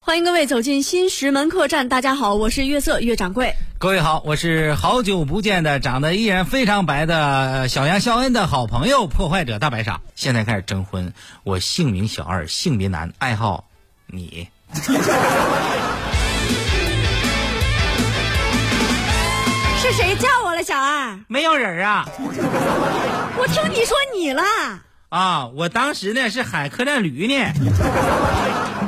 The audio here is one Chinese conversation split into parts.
欢迎各位走进新石门客栈。大家好，我是月色月掌柜。各位好，我是好久不见的长得依然非常白的小杨肖恩的好朋友破坏者大白鲨。现在开始征婚，我姓名小二，性别男，爱好你。是谁叫我了，小二？没有人啊我听你说你了啊！我当时呢是喊客栈驴呢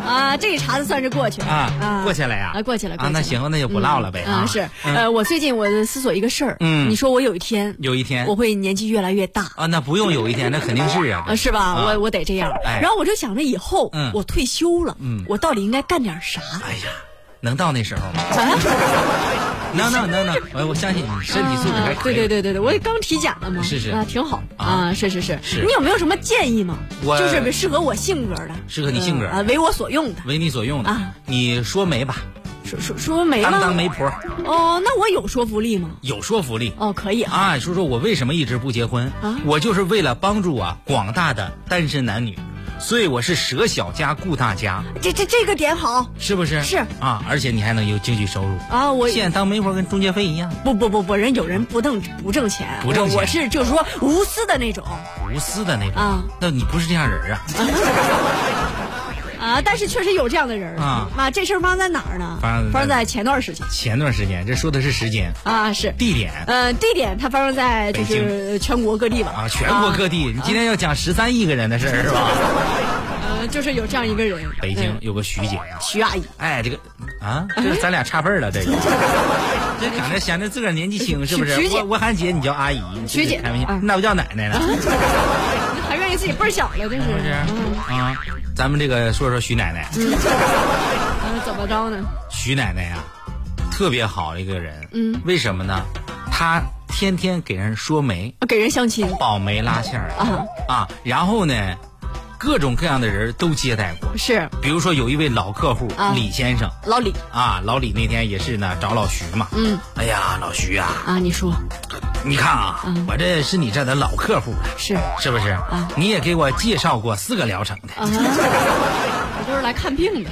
啊，这一茬子算是过去了啊，过去了呀啊，过去了。啊，那行，那就不唠了呗啊，啊。是嗯呃，我最近我思索一个事儿，嗯你说我有一天有一天我会年纪越来越大。啊，那不用有一天，那肯定是啊啊，，是吧？啊我我得这样。哎然后我就想着以后、嗯我退休了，嗯我到底应该干点啥？哎呀，能到那时候吗？啊，能能能能，我我相信你身体素质还可啊对以。对对对对，我也刚体检了嘛，嗯是是啊，挺好啊啊，是是是是你有没有什么建议吗？我就是适合我性格的，适合你性格嗯啊，为我所用的。为你所用的啊。你说媒吧，说说说媒当当吗？媒婆，哦，那我有说服力吗？有说服力哦，可以啊。啊！说说我为什么一直不结婚啊？我就是为了帮助啊广大的单身男女，所以我是舍小家顾大家，这这这个点好是不是？是啊，而且你还能有经济收入。啊，我现在当媒婆跟中介费一样，不不不不，人有人不挣不挣钱，不挣钱我我是就是说无私的那种无私的那种。啊那你不是这样人啊？啊，但是确实有这样的人啊这事儿发生在哪儿呢？发生在发生在前段时间前段时间这说的是时间、啊，是地点呃，地点它发生在就北京是全国各地吧，啊，全国各地。你今天要讲十三亿个人的事儿 是吧？呃，就是有这样一个人，北京嗯有个徐姐啊，徐阿姨，哎，这个啊，这嗯咱俩差辈儿了，这个，这长得显得自个儿年纪轻，是不是徐？姐我我喊姐，你叫阿姨，徐姐开玩笑啊，那不叫奶奶了，是还愿意自己倍儿小了，这是不是？嗯啊，咱们这个说说徐奶奶，呃，怎么着呢？徐奶奶呀，特别好一个人，嗯，为什么呢？她天天给人说媒，啊给人相亲保媒拉线儿啊，啊，然后呢，各种各样的人都接待过，是比如说有一位老客户啊李先生。老李啊，老李那天也是呢，找老徐嘛。嗯，哎呀，老徐啊，啊，你说你看啊，嗯我这是你这儿的老客户了，是啊，是不是？啊嗯你也给我介绍过四个疗程的， 我就是来看病的，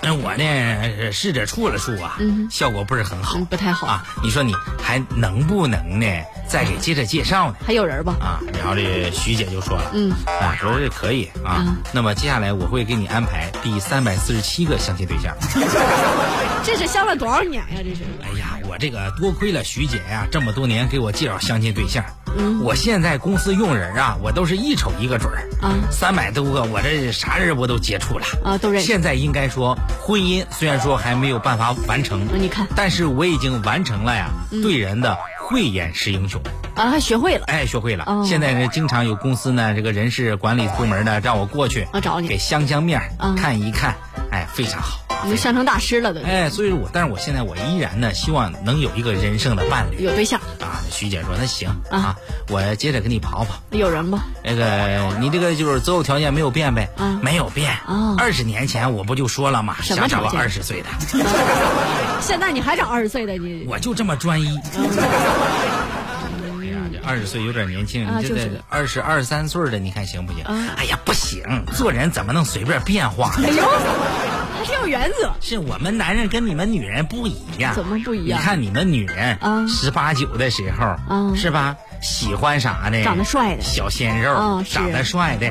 那我呢试着处了处啊，嗯效果不是很好嗯，不太好，啊。你说你还能不能呢？再给接着介绍呢？还有人吧？啊，然后这徐姐就说了，嗯，啊，说这可以啊，嗯那么接下来我会给你安排第三百四十七个相亲对象。啊这是相了多少年呀？这是哎呀，我这个多亏了徐姐呀、这么多年给我介绍相亲对象。嗯我现在公司用人啊，我都是一瞅一个准儿啊三百多个，我这啥人我都接触了啊都认识现在应该说，婚姻虽然说还没有办法完成，嗯你看嗯但是我已经完成了呀，对人的慧眼识英雄。啊，还学会了哎，学会了。哦现在呢，经常有公司呢，这个人事管理部门呢，让我过去啊找你给相相面儿、嗯看一看，哎，非常好。你就相成大师了都，哎，所以说我，但是我现在我依然呢，希望能有一个人生的伴侣有对象，啊。徐姐说：“那行啊啊，我接着跟你跑跑。有人吧？那个，你这个就是择偶条件没有变呗？啊没有变哦。二十年前我不就说了吗？什么想找条个件二十岁的，现在你还长二十岁的你，我就这么专一。嗯哎呀，这二十岁有点年轻，啊你这就得是二十二三岁的，你看行不行啊？哎呀，不行，做人怎么能随便变化？哎呦，还挺有原则。是我们男人跟你们女人不一样，怎么不一样你看你们女人啊十八九的时候，啊是吧？喜欢啥呢？长得帅的小鲜肉，啊是长得帅的。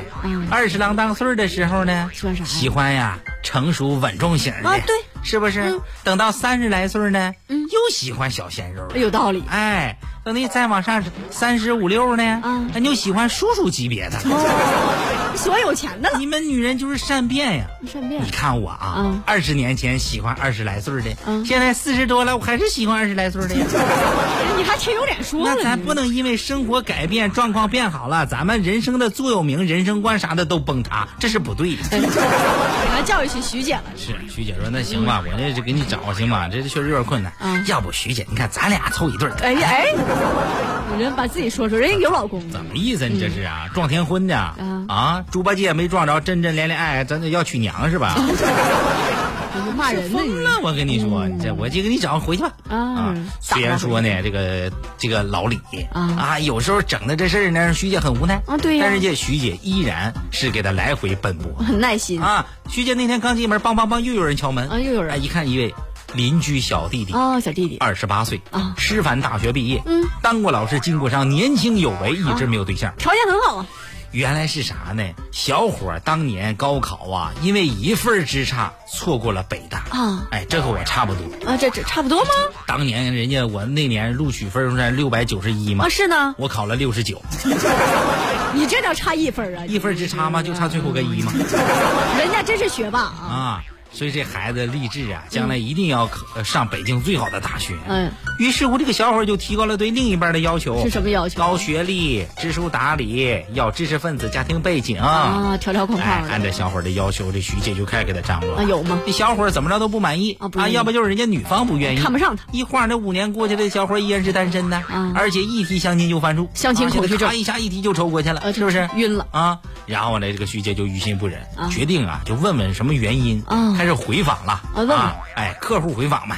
二十郎当岁儿的时候呢，喜欢啥呀喜欢呀，成熟稳重型的，啊对，是不是？嗯等到三十来岁儿呢，又喜欢小鲜肉的。有道理，哎，等你再往上三十五六呢，嗯那你就喜欢叔叔级别的。所有钱的了，你们女人就是善变呀。顺便你看我啊嗯，二十、年前喜欢二十来岁儿的，嗯现在四十多了，我还是喜欢二十来岁儿的呀。你还挺有脸说那了咱你不能因为生活改变、状况变好了，咱们人生的座右铭、人生观啥的都崩塌，这是不对的。哎你还教育起徐姐了。是徐姐说：“那行吧，我这是给你找行吧，这确实有点困难。嗯要不徐姐，你看咱俩凑一对儿，哎呀哎，你人把自己说出，人家有老公怎么意思？你这是啊，撞天婚呢？嗯 啊，猪八戒没撞着，真真连连爱，咱得要娶娘是吧？骂人呢，疯你了！我跟你说，你这我就给你找回去吧。嗯啊啊，虽然说呢，这个这个老李啊有时候整的这事儿呢，让徐姐很无奈啊对呀但是这徐姐依然是给他来回奔波很耐心啊，啊。徐姐那天刚进门，梆梆梆，又有人敲门又有哎，人一看一位邻居小弟弟，哦，小弟弟，二十八岁啊师范大学毕业，嗯，啊当过老师，经过商，年轻有为，一直没有对象。条件很好啊，原来是啥呢？小伙儿当年高考啊，因为一份儿之差错过了北大啊。哎，这和我差不多。啊，这这差不多吗？当年人家我那年录取分数是六百九十一嘛啊，，是呢，我考了六十九，你这叫差一分啊，一分儿之差嘛，就差最后个一嘛人家真是学霸啊，啊。所以这孩子励志啊，将来一定要考呃上北京最好的大学。嗯，于是乎，这个小伙儿就提高了对另一半的要求，是什么要求啊高学历、知书达理，要知识分子、家庭背景啊，条条框哎，框按的照小伙儿的要求，这徐姐就开始给他张罗啊，有吗？这小伙儿怎么着都不满意啊不愿意要不就是人家女方不愿意，看不上他。一晃这五年过去了，这小伙儿依然是单身呢，嗯而且一提相亲就犯怵，相亲恐惧症啊一下一提就抽过去了，呃，是不是？晕了？啊，然后呢，这个徐姐就于心不忍，啊决定啊，就问问什么原因，啊开始回访了，啊问问哎，客户回访嘛，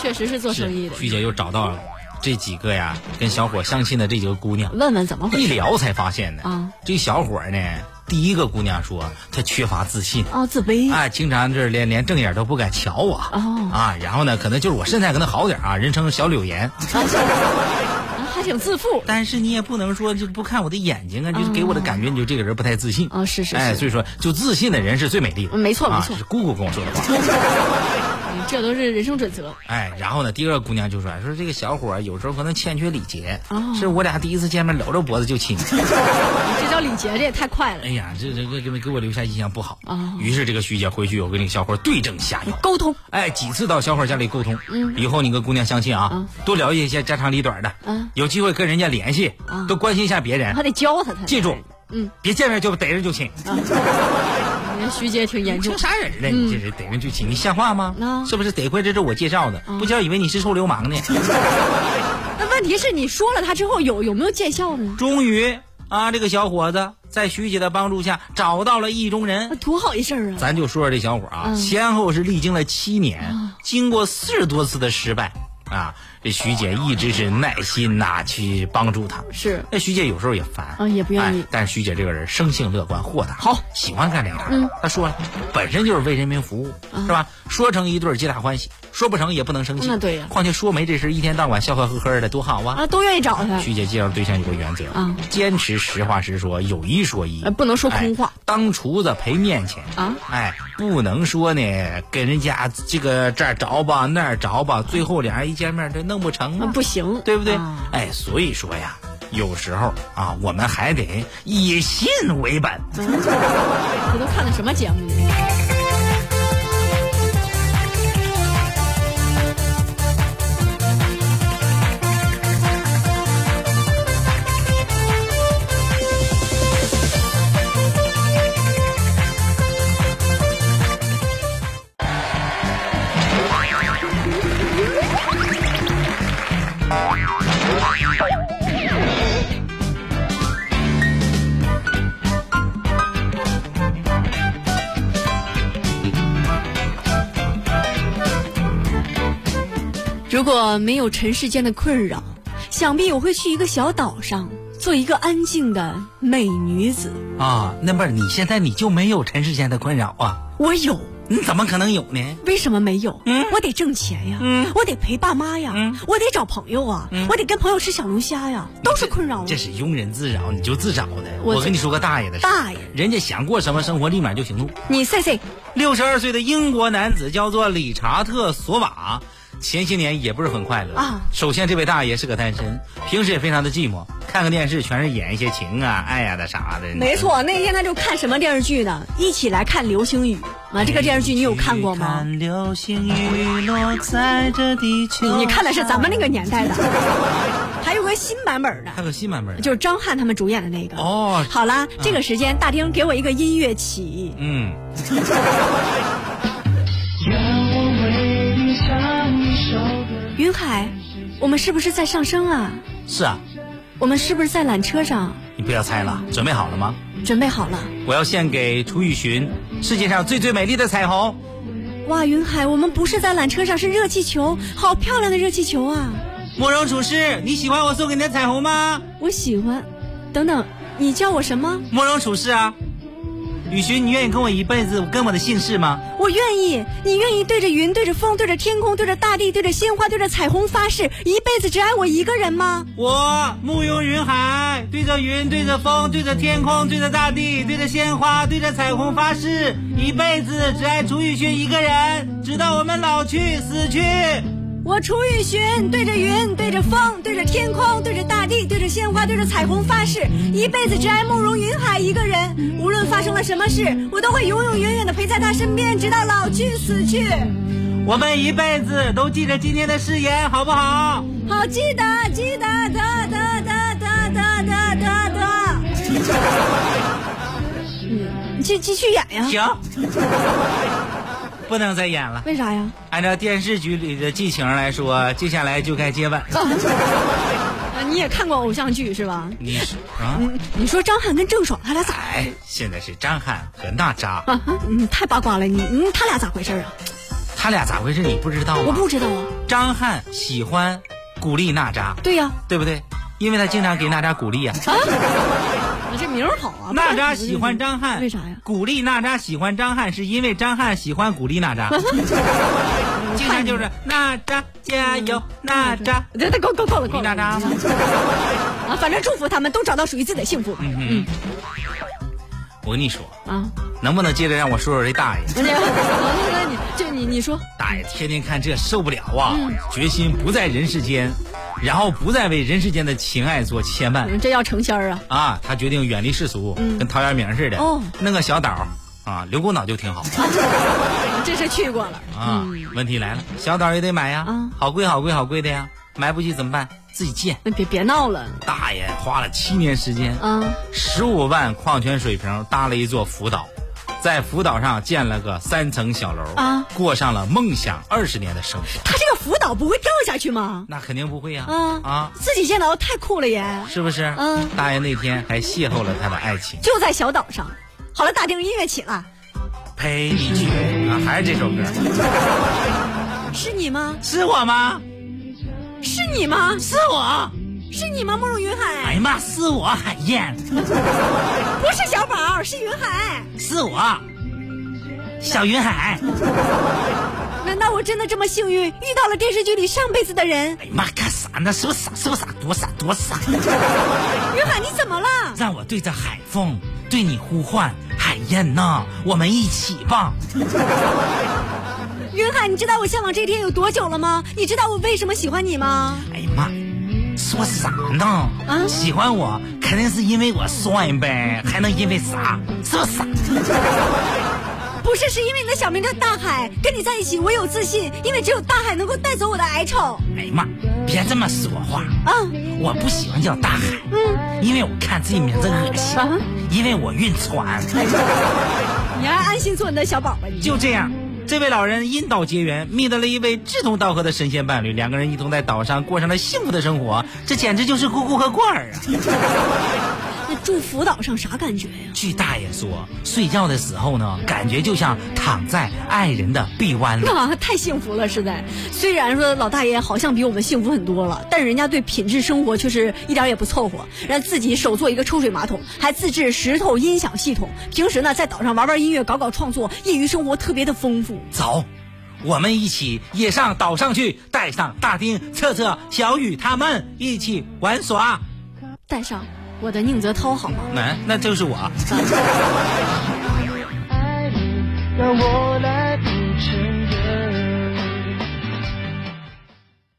确实是做生意的。徐姐又找到这几个呀，跟小伙相亲的这几个姑娘，问问怎么回一事？聊才发现呢，啊这小伙儿呢，第一个姑娘说他缺乏自信，哦，自卑。啊，经常就是连连正眼都不敢瞧我。哦啊，然后呢，可能就是我身材可能好点儿啊，人称小柳岩。 啊，还挺自负但是你也不能说就不看我的眼睛啊，就是给我的感觉，你就这个人不太自信。啊，哦是是哎，是，所以说，就自信的人是最美丽的。嗯没错啊没错这是姑姑跟我说的话。嗯这都是人生准则。哎，然后呢，第二个姑娘就说：“说这个小伙儿有时候可能欠缺礼节，哦是我俩第一次见面搂着脖子就亲。这叫礼节，这也太快了。哎呀，这这个给给我留下印象不好。哦于是这个徐姐回去以后跟这个小伙儿对症下药。沟通哎，几次到小伙儿家里沟通，嗯以后你跟姑娘相亲啊，嗯多了解一些家长里短的，嗯有机会跟人家联系，啊多关心一下别人，还得教他，他记住，嗯，别见面就逮着就亲，人家徐姐挺严重成。啥人嗯了？你这人逮人就亲，你像话吗？啊是不是？得亏这是我介绍的，嗯不叫以为你是臭 流氓呢。那问题是你说了他之后有有没有见效呢？终于啊，这个小伙子在徐姐的帮助下找到了意中人那。多好一事儿啊！咱就说说这小伙儿啊，嗯先后是历经了七年，经过四十多次的失败啊，这徐姐一直是耐心呐、去帮助他。是那徐姐有时候也烦啊也不愿意哎但是徐姐这个人生性乐观、豁达，好，喜欢干这行。嗯，她说了，本身就是为人民服务，是吧？说成一对儿，皆大欢喜；说不成也不能生嗯气。那对呀况且说媒这事儿一天到晚笑呵呵呵的，多好啊！啊，都愿意找他。徐姐介绍对象有个原则啊坚持实话实说，有一说一，呃不能说空话哎当厨子赔面钱啊，哎，不能说呢，给人家这个这儿着吧，那儿着吧，最后俩人一见面这弄不成呃啊啊，不行，对不对啊？哎，所以说呀，有时候啊，我们还得以信为本。这都看的什么节目呢？如果没有尘世间的困扰，想必我会去一个小岛上，做一个安静的美女子。啊，那不是你现在你就没有尘世间的困扰啊？我有，你怎么可能有呢？为什么没有？嗯我得挣钱呀，我得陪爸妈呀，我得找朋友啊，我得跟朋友吃小龙虾呀，都是困扰啊。嗯这是庸人自扰，你就自找的。我我跟你说个大爷的事，大爷人家想过什么生活，立马就行动。你 C C 六十二岁的英国男子叫做理查特·索瓦，前些年也不是很快乐啊。首先，这位大爷是个单身，平时也非常的寂寞，看个电视全是演一些情啊、爱呀、的啥的。没错，那天他就看什么电视剧呢？一起来看《流星雨》啊！这个电视剧你有看过吗？看流星雨落在这地球你上你看的是咱们那个年代的，还有个新版本的还，有个新版本的，就是张翰他们主演的那个。哦好啦，这个时间大厅给我一个音乐起，嗯。云海，我们是不是在上升啊？是啊，我们是不是在缆车上？你不要猜了，嗯准备好了吗？准备好了，我要献给涂雨荨世界上最最美丽的彩虹。哇，云海，我们不是在缆车上，是热气球，好漂亮的热气球啊！慕容楚师，你喜欢我送给你的彩虹吗？我喜欢。等等，你叫我什么？慕容楚师啊，雨荨，你愿意跟我一辈子跟我的姓氏吗？我愿意。你愿意对着云、对着风、对着天空、对着大地、对着鲜花、对着彩虹发誓，一辈子只爱我一个人吗？我慕容云海，对着云，对着风，对着天空，对着大地，对着鲜花，对着彩虹发誓，一辈子只爱楚雨荨一个人，直到我们老去死去。我楚雨荨对着云，对着风，对着天空，对着大地，对着鲜花，对着彩虹发誓，一辈子只爱慕容云海一个人。无论发生了什么事，我都会永永远远的陪在他身边，直到老去死去。我们一辈子都记着今天的誓言，好不好？好，记得记得得得得得得得得得。嗯，你继继续演呀？停， 不能再演了。为啥呀？按照电视剧里的剧情来说，接下来就该接吻。啊，你也看过偶像剧是吧？你是啊？嗯，你说张翰跟郑爽他俩咋？哎，现在是张翰和娜扎，啊，你太八卦了，你你他俩咋回事啊？他俩咋回事？你不知道我吗？不知道啊。张翰喜欢鼓励娜扎，对呀、对不对？因为他经常给娜扎鼓励呀、啊，你这名儿好啊。娜扎喜欢张翰，为啥呀？鼓励娜扎喜欢张翰，是因为张翰喜欢鼓励娜 扎。经常就是娜扎加 油，娜嗯扎这这够够够了，鼓够励娜了扎吗？啊！反正祝福他们都找到属于自己的幸福吧。嗯嗯。我跟你说，啊，能不能接着让我说说这大爷？那那你就你你说，大爷天天看这受不了啊！嗯决心不在人世间，然后不再为人世间的情爱所牵绊。这要成仙儿啊？啊，他决定远离世俗，跟陶渊明似的，嗯哦弄个小岛儿啊，留股脑就 挺好这是去过了。啊。问题来了，小岛也得买呀，啊好贵好贵好贵的呀，买不起怎么办？自己建。那别别闹了大爷花了七年时间，啊！十五万矿泉水瓶搭了一座浮岛，在浮岛上建了个三层小楼啊，过上了梦想二十年的生活。他这个辅导不会掉下去吗？那肯定不会呀，啊啊，自己建楼太酷了耶！是不是？嗯大爷那天还邂逅了他的爱情。就在小岛上。好了，打定音乐起了，陪你去啊，还是这首歌？是你吗？是我吗？是你吗？是我。是你吗？慕容云哎海，呀妈，是我海燕，不是小宝，是云海。是我小云海。难道我真的这么幸运，遇到了电视剧里上辈子的人？哎呀妈，干啥呢？是不是傻？是不是傻？多傻多傻！云海，你怎么了？让我对着海风对你呼唤，海燕呐，我们一起吧。云海，你知道我向往这一天有多久了吗？你知道我为什么喜欢你吗？哎呀妈，说啥呢？啊喜欢我肯定是因为我帅呗，还能因为啥？是不是傻？不是，是因为你的小名叫大海，跟你在一起我有自信，因为只有大海能够带走我的矮丑。哎呀妈，别这么说话。啊， 我不喜欢叫大海，嗯因为我看这名字恶心，啊因为我晕船。你还安心做你的小宝吧你。就这样，这位老人因岛结缘，觅得了一位志同道合的神仙伴侣，两个人一同在岛上过上了幸福的生活。这简直就是姑姑和罐儿啊！那住辅导上啥感觉呀？据大爷说，睡觉的时候呢，感觉就像躺在爱人的臂弯里。啊， 太幸福了，实在。虽然说老大爷好像比我们幸福很多了，但人家对品质生活却是一点儿也不凑合。人家自己手做一个抽水马桶，还自制石头音响系统。平时呢，在岛上玩玩音乐，搞搞创作，业余生活特别的丰富。走，我们一起也上岛上去，带上大丁、策策、小雨他们一起玩耍。带上我的宁泽涛好 吗？嗯，那就是我。让我来陪